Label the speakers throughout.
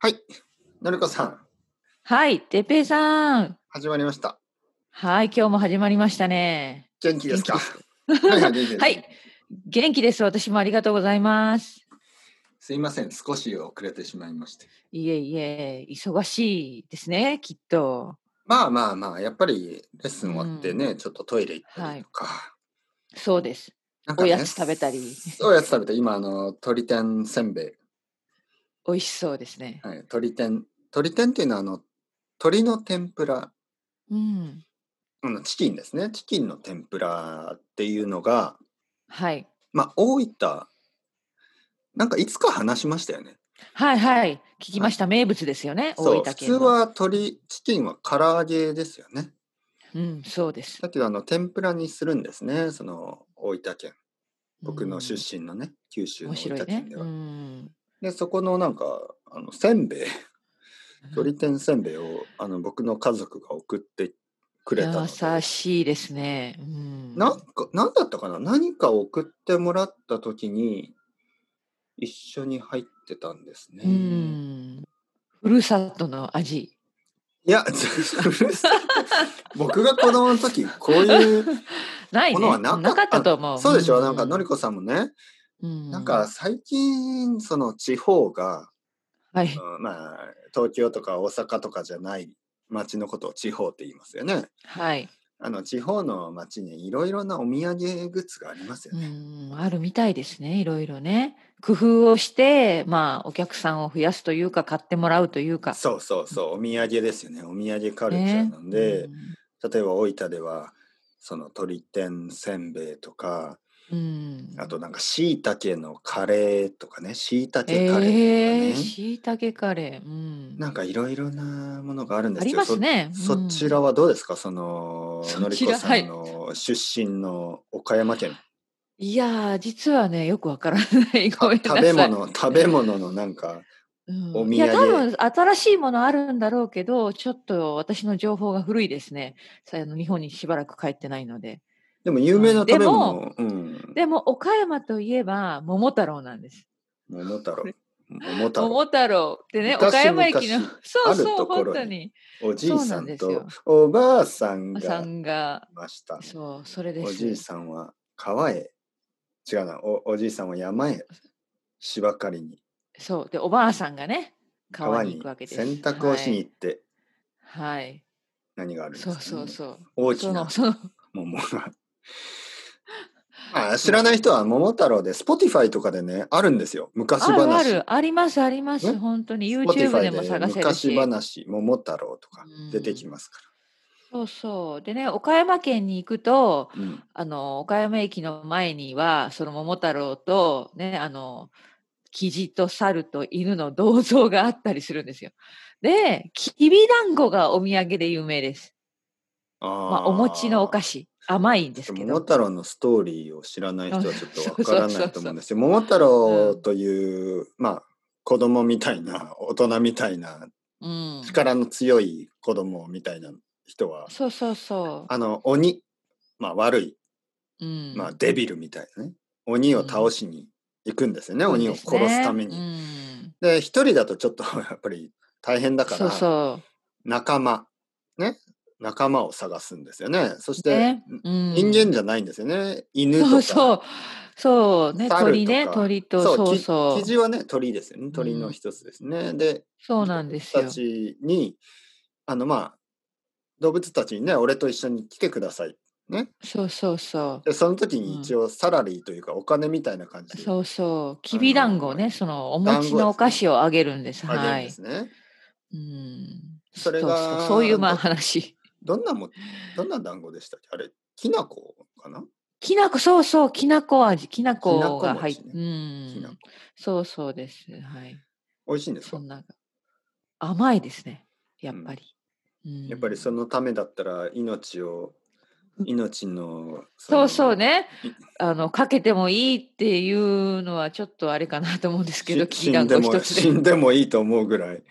Speaker 1: はい。のりこさん、
Speaker 2: はい、てっぺいさん。
Speaker 1: 始まりました。
Speaker 2: はい、今日も始まりましたね。
Speaker 1: 元気ですかはいはい、元気です。
Speaker 2: はい、元気です。私もありがとうございます。
Speaker 1: すいません、少し遅れてしまいまして。
Speaker 2: いえいえ、忙しいですね、きっと。
Speaker 1: まあまあまあ、やっぱりレッスン終わってね、ちょっとトイレ行ったりとか。
Speaker 2: そうです。
Speaker 1: なんか
Speaker 2: お
Speaker 1: ね
Speaker 2: やつ食べたり、
Speaker 1: おやつ食べて、今、あの、鶏天せんべい。
Speaker 2: 美味しそうですね。
Speaker 1: はい、鶏天。鶏天っていうのは、あの、鶏の天ぷら。
Speaker 2: うん。
Speaker 1: あのチキンですね。チキンの天ぷらっていうのが、
Speaker 2: はい。
Speaker 1: まあ、大分、なんかいつか話しましたよね。
Speaker 2: はいはい。聞きました。名物ですよね、
Speaker 1: そ
Speaker 2: 大
Speaker 1: う、
Speaker 2: 分
Speaker 1: 普
Speaker 2: 県
Speaker 1: 通
Speaker 2: の。
Speaker 1: は鶏、チキンは唐揚げですよね。
Speaker 2: うん、そうです。
Speaker 1: だけどあの天ぷらにするんですねその大分県僕の出
Speaker 2: 身
Speaker 1: 身のね、九州の
Speaker 2: 面
Speaker 1: 大
Speaker 2: 白い
Speaker 1: 分
Speaker 2: ね
Speaker 1: 県。では、
Speaker 2: うん。
Speaker 1: でそこのなんかあのせんべい鶏天せんべいをあの僕の家族が送ってくれたので
Speaker 2: 優しいですね。うん。
Speaker 1: なんか何だったかな何か送ってもらった時に一緒に入ってたんですね、
Speaker 2: う
Speaker 1: い
Speaker 2: ん。ふるさとの味。
Speaker 1: や うるさい僕が子供の時こう いう
Speaker 2: ない
Speaker 1: も
Speaker 2: ね。
Speaker 1: のは
Speaker 2: な
Speaker 1: なか
Speaker 2: か
Speaker 1: っ
Speaker 2: ったたと思う。
Speaker 1: そうでしょ
Speaker 2: ん
Speaker 1: なんかのりこさんもね
Speaker 2: うん
Speaker 1: なんか最近その地方が
Speaker 2: はい。
Speaker 1: うんまあ東京とか大阪とかじゃない町のことを地方って言いますよね。
Speaker 2: はい。
Speaker 1: あの地方の町にいろいろなお土産グッズがありますよ
Speaker 2: う
Speaker 1: ね。
Speaker 2: ん、あるみたいですね。いろいろね。工夫をして、まあ、お客さんを増やすというか、買ってもらうというか。
Speaker 1: そうそうそうお土産ですよねお土産カルチャー
Speaker 2: ね
Speaker 1: なんで、
Speaker 2: うん
Speaker 1: 例えば大分ではその鶏天せんべいとか
Speaker 2: うん。
Speaker 1: あとなんかしいたけのカレーとかねしいたけカレーとか
Speaker 2: え
Speaker 1: ね
Speaker 2: え、、しいたけカレー。うん。
Speaker 1: なんかいろいろなものがあるんで
Speaker 2: あ
Speaker 1: すけ
Speaker 2: り
Speaker 1: ど
Speaker 2: ますね。
Speaker 1: そ
Speaker 2: うん
Speaker 1: ちらはどうですか、その
Speaker 2: そ
Speaker 1: のり
Speaker 2: ち
Speaker 1: こ
Speaker 2: ら
Speaker 1: さんの出身の岡山 県、
Speaker 2: いやー、実はね、よくわからない。
Speaker 1: た
Speaker 2: ごめんな
Speaker 1: 食
Speaker 2: さい。
Speaker 1: べ物食べ物のなんか
Speaker 2: うん
Speaker 1: お土産
Speaker 2: いや多分新しいものあるんだろうけどちょっと私の情報が古いですねさあの日本にしばらく帰ってないので
Speaker 1: でも有名な
Speaker 2: で
Speaker 1: 食べ物
Speaker 2: も、
Speaker 1: うん、
Speaker 2: でも岡山といえば桃太郎なんです
Speaker 1: 桃太郎桃太郎
Speaker 2: 桃太郎ってね
Speaker 1: 昔
Speaker 2: 岡山駅の
Speaker 1: 々
Speaker 2: そう
Speaker 1: ある
Speaker 2: そ
Speaker 1: と
Speaker 2: う
Speaker 1: こ
Speaker 2: 本
Speaker 1: ろ
Speaker 2: 当
Speaker 1: に
Speaker 2: に
Speaker 1: おじいさ
Speaker 2: そうなん
Speaker 1: ん
Speaker 2: ですよ
Speaker 1: とおばあさん
Speaker 2: おさ
Speaker 1: がい
Speaker 2: んが
Speaker 1: ました
Speaker 2: そうそれで
Speaker 1: お
Speaker 2: す
Speaker 1: じいさんは川へ違うなおおじいさんは山へ芝刈りに
Speaker 2: そうでおばあさんがね
Speaker 1: 川
Speaker 2: 川に
Speaker 1: に
Speaker 2: 行くわけです
Speaker 1: 洗濯をしに行って、
Speaker 2: はい、はい
Speaker 1: 何があるんですか
Speaker 2: そう
Speaker 1: ね、
Speaker 2: そうそう
Speaker 1: 大き
Speaker 2: そ
Speaker 1: な
Speaker 2: のその
Speaker 1: 桃 が。まあ、知らない人は桃太郎で Spotify とかでねあるんですよ昔
Speaker 2: あ
Speaker 1: 話
Speaker 2: るあるありますありま
Speaker 1: ね
Speaker 2: す本当に YouTube でも
Speaker 1: Spotify で
Speaker 2: 探せるし
Speaker 1: 昔話桃太郎とか出てきますか
Speaker 2: そうそうでね岡山県に行くと
Speaker 1: ら、うん
Speaker 2: あの岡山駅の前にはその桃太郎とねあのキジと猿と犬の銅像があったりするんですよ。できびだんごがお土産で有名です。まあ、お餅のお菓
Speaker 1: 子
Speaker 2: 子甘いんですけ
Speaker 1: 桃
Speaker 2: ど。
Speaker 1: 太郎のストーリーを知らない人はちょっとわから
Speaker 2: そうそうそう
Speaker 1: な
Speaker 2: そう
Speaker 1: いと思うんですよ桃太郎という、まあ子供みたいな大人みたいな
Speaker 2: うん、
Speaker 1: 力の強い子供みたいな人は
Speaker 2: そうそうそ。
Speaker 1: あの鬼まあ悪いう
Speaker 2: うん、
Speaker 1: まあ、デビルみたいなね鬼を倒しに行くんですよね、
Speaker 2: そう
Speaker 1: 鬼
Speaker 2: で
Speaker 1: を
Speaker 2: す
Speaker 1: 殺
Speaker 2: ね
Speaker 1: すために。
Speaker 2: うん
Speaker 1: で一人だとちょっと やっぱり大変だか
Speaker 2: そう
Speaker 1: ら
Speaker 2: そ
Speaker 1: 仲間ね仲間を探すんですよねそし
Speaker 2: う。
Speaker 1: て、
Speaker 2: ねうん、
Speaker 1: 人間じゃないんですよね犬とか
Speaker 2: そうそう。そうね
Speaker 1: 猿とか
Speaker 2: 鳥ね鳥とそうそう
Speaker 1: きキジはね鳥ですよね鳥の一つですね、で
Speaker 2: そうなんですよ
Speaker 1: 動物た。ちにあのまあ動物たちにね俺と一緒に来てください
Speaker 2: そうそうそう。
Speaker 1: でその時に一応サラリーというかお金みたいな感じで
Speaker 2: そうそう。きびだんごね、そのお
Speaker 1: 団子
Speaker 2: 餅のお菓子をあげるんです。
Speaker 1: あげ
Speaker 2: は
Speaker 1: るん
Speaker 2: い
Speaker 1: で。すね、
Speaker 2: うん。
Speaker 1: それ
Speaker 2: う
Speaker 1: が
Speaker 2: うそういうま
Speaker 1: な
Speaker 2: あ
Speaker 1: んか
Speaker 2: 話。
Speaker 1: どんな もどんな団子でしたっけあれきなこかな、
Speaker 2: きなこ、そうそう、きなこ味、きな
Speaker 1: きなこ餅
Speaker 2: こが
Speaker 1: ね
Speaker 2: 入って、う
Speaker 1: きなこ
Speaker 2: ん。そうそうです。はい。
Speaker 1: 美味しいんです
Speaker 2: そ
Speaker 1: か
Speaker 2: んな。甘いですね。やっぱり。うん
Speaker 1: やっぱりそのためだったら命を命の
Speaker 2: そ
Speaker 1: の
Speaker 2: うそうね
Speaker 1: い。
Speaker 2: あの、かけてもいいっていうのはちょっとあれかなと思うんですけど、
Speaker 1: し
Speaker 2: き
Speaker 1: 死
Speaker 2: なん
Speaker 1: で
Speaker 2: こ
Speaker 1: も
Speaker 2: 一
Speaker 1: 死
Speaker 2: つ
Speaker 1: ん
Speaker 2: で。
Speaker 1: でもいいと思うぐらい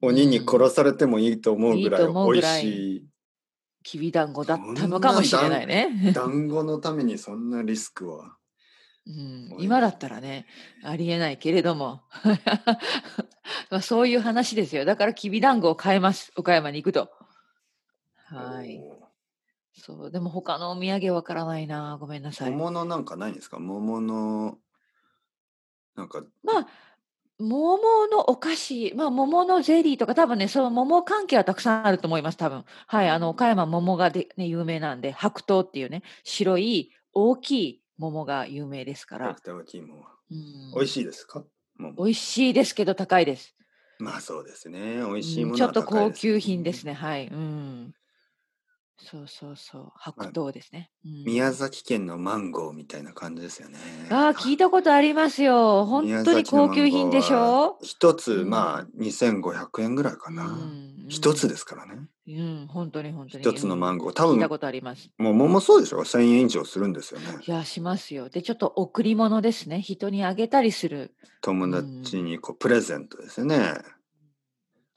Speaker 1: 鬼に殺されてもいいと思うぐらい
Speaker 2: いいと思う
Speaker 1: 美
Speaker 2: ぐ
Speaker 1: 味
Speaker 2: らい
Speaker 1: しい
Speaker 2: きびだんごだったのかもしれないね。
Speaker 1: 団子のためにそんなリスクは
Speaker 2: うん
Speaker 1: お、い
Speaker 2: 今だったらね、ありえないけれども、 まあ、そういう話ですよ。だから、きびだんごを買えます。岡山に行くと。はい。
Speaker 1: おー
Speaker 2: そう、でも他のお土産わからないな。ごめんなさい。
Speaker 1: 桃のなんかないんですか桃の、なんか、
Speaker 2: まあ、桃のお菓子、まあ、桃のゼリーとか、多分ね、その桃関係はたくさんあると思います、多分。はい、あの、岡山桃がで、ね、有名なんで、白桃っていうね、白い大きい桃が有名ですか
Speaker 1: キャラ
Speaker 2: ら
Speaker 1: ク。ター大きいものは。
Speaker 2: うん、
Speaker 1: 美味しいですか桃
Speaker 2: 美味しいですけど、高いです。
Speaker 1: まあそうですね。美味しい
Speaker 2: うん
Speaker 1: も
Speaker 2: ち
Speaker 1: の
Speaker 2: ょ
Speaker 1: は
Speaker 2: っと
Speaker 1: 高い
Speaker 2: 高
Speaker 1: です、
Speaker 2: 級品ですね、はい。うん。そうそうそう、白桃ですね。うん
Speaker 1: 宮崎県のマンゴーみたいな感じですよね。
Speaker 2: ああ、聞いたことありますよ。本
Speaker 1: 宮
Speaker 2: 当に
Speaker 1: 崎の
Speaker 2: 高
Speaker 1: マンゴーは
Speaker 2: 級品でしょ
Speaker 1: 一つ、
Speaker 2: うん
Speaker 1: まあ、2500円ぐらいか
Speaker 2: う
Speaker 1: な。
Speaker 2: ん
Speaker 1: 一つですからね。
Speaker 2: うん、本当に本当に。
Speaker 1: 一つのマン
Speaker 2: ゴ
Speaker 1: ゴー。多
Speaker 2: 聞い
Speaker 1: 分
Speaker 2: た、ことあります。
Speaker 1: もう桃そうでしょ ?1000 円以上するんですよね。
Speaker 2: いや、しますよ。で、ちょっと贈り物ですね。人にあげたりする。
Speaker 1: 友達にこうプレゼントですよね。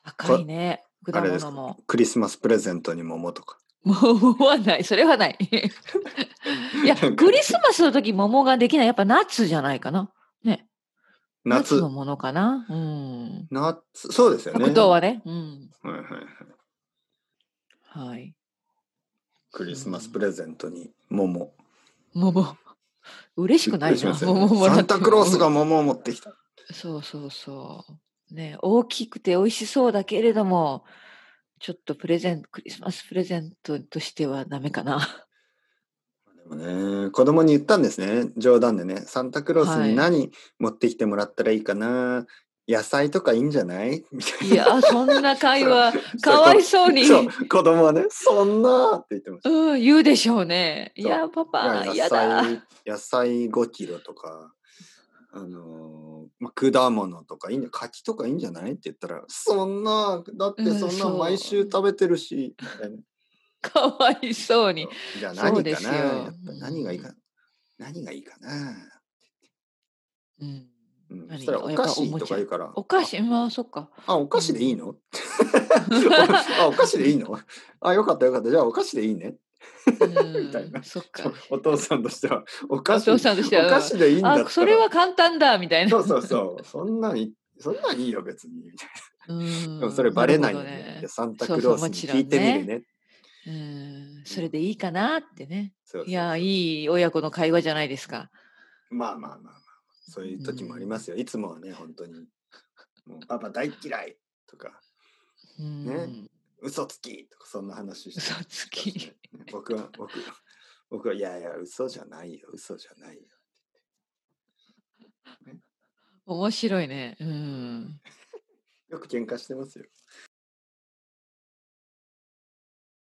Speaker 2: 高いね。果
Speaker 1: あれです
Speaker 2: 物
Speaker 1: か
Speaker 2: も。
Speaker 1: クリスマスプレゼントに桃とか。
Speaker 2: もう思わない。それはない。 いや、
Speaker 1: なんか
Speaker 2: クリスマスの時桃ができない。やっぱ夏じゃないかな。ね。夏
Speaker 1: 夏
Speaker 2: の、ものかな。うん。
Speaker 1: 夏、そうですよね。
Speaker 2: 白桃はね。うん。
Speaker 1: はいはいはい。
Speaker 2: はい。
Speaker 1: クリスマスプレゼントに桃。
Speaker 2: 桃。嬉しくないじゃん。
Speaker 1: びっくりしますよね
Speaker 2: 桃もらっ
Speaker 1: サ
Speaker 2: て
Speaker 1: ンタクロースが桃を持ってきた。
Speaker 2: そうそうそう。ね、大きくて美味しそうだけれども、ちょっとプレゼント、クリスマスプレゼントとしてはダメ かな。
Speaker 1: でもね、子供に言ったんですね、冗談でね、サンタクロース
Speaker 2: はい
Speaker 1: に何持ってきてもらったらいいかな、野菜とかいいんじゃないみたい
Speaker 2: いや、そんな会話、
Speaker 1: そう
Speaker 2: かわいそうに
Speaker 1: な。、そう、子供はね、そんなって言ってました。
Speaker 2: うん、言うでしょうね。い
Speaker 1: そう
Speaker 2: や、パパ、
Speaker 1: いや野
Speaker 2: やだ。
Speaker 1: 菜、野菜5キロとか、あのーまあ、果物とかいいんじゃ、柿とかいいんじゃないって言ったら、そんな、だって
Speaker 2: うん
Speaker 1: そんな
Speaker 2: そう
Speaker 1: 毎週食べてるし、みたいな
Speaker 2: かわいそうに。
Speaker 1: じゃあ
Speaker 2: そ
Speaker 1: 何
Speaker 2: うで
Speaker 1: か
Speaker 2: す
Speaker 1: な
Speaker 2: よ
Speaker 1: やっぱ何がいいか、何がいいかな、
Speaker 2: うん、
Speaker 1: うん、そ
Speaker 2: 何
Speaker 1: したらお
Speaker 2: やっぱ
Speaker 1: 菓子
Speaker 2: おも
Speaker 1: と
Speaker 2: ち
Speaker 1: か
Speaker 2: ゃ
Speaker 1: 言うから、
Speaker 2: お菓子、まあ、そっか。
Speaker 1: あ、お菓子でいいの、 あ、お菓子でいいのあ、よかったよかった。じゃあお菓子でいいね。 みたい
Speaker 2: うん、
Speaker 1: な
Speaker 2: そっか。
Speaker 1: お父さんとしては、お菓子
Speaker 2: お父さんとしては
Speaker 1: お菓子でいいんだったら
Speaker 2: あ、それは簡単だ、みたい な。
Speaker 1: そうそうそう。そんなんい、そんなんいいよ別に。みたい
Speaker 2: うん
Speaker 1: なでもそれバレないよ
Speaker 2: るほど
Speaker 1: ね。
Speaker 2: ね
Speaker 1: いやサンタクロースに聞いてみるね。
Speaker 2: うんそれでいいかなってね。
Speaker 1: そうそう
Speaker 2: いや、いい親子の会話じゃないですか。
Speaker 1: まあまあまあまあまあ。そういう時もありますよ。いつもはね、本当に。もうパパ大っ嫌いとか、
Speaker 2: うん
Speaker 1: ね嘘つきとか、そんな話して。
Speaker 2: 嘘つき。
Speaker 1: 僕は、僕、僕は、いやいや、嘘じゃないよ、嘘じゃないよ。
Speaker 2: 面白いね。うん。
Speaker 1: よく喧嘩してますよ。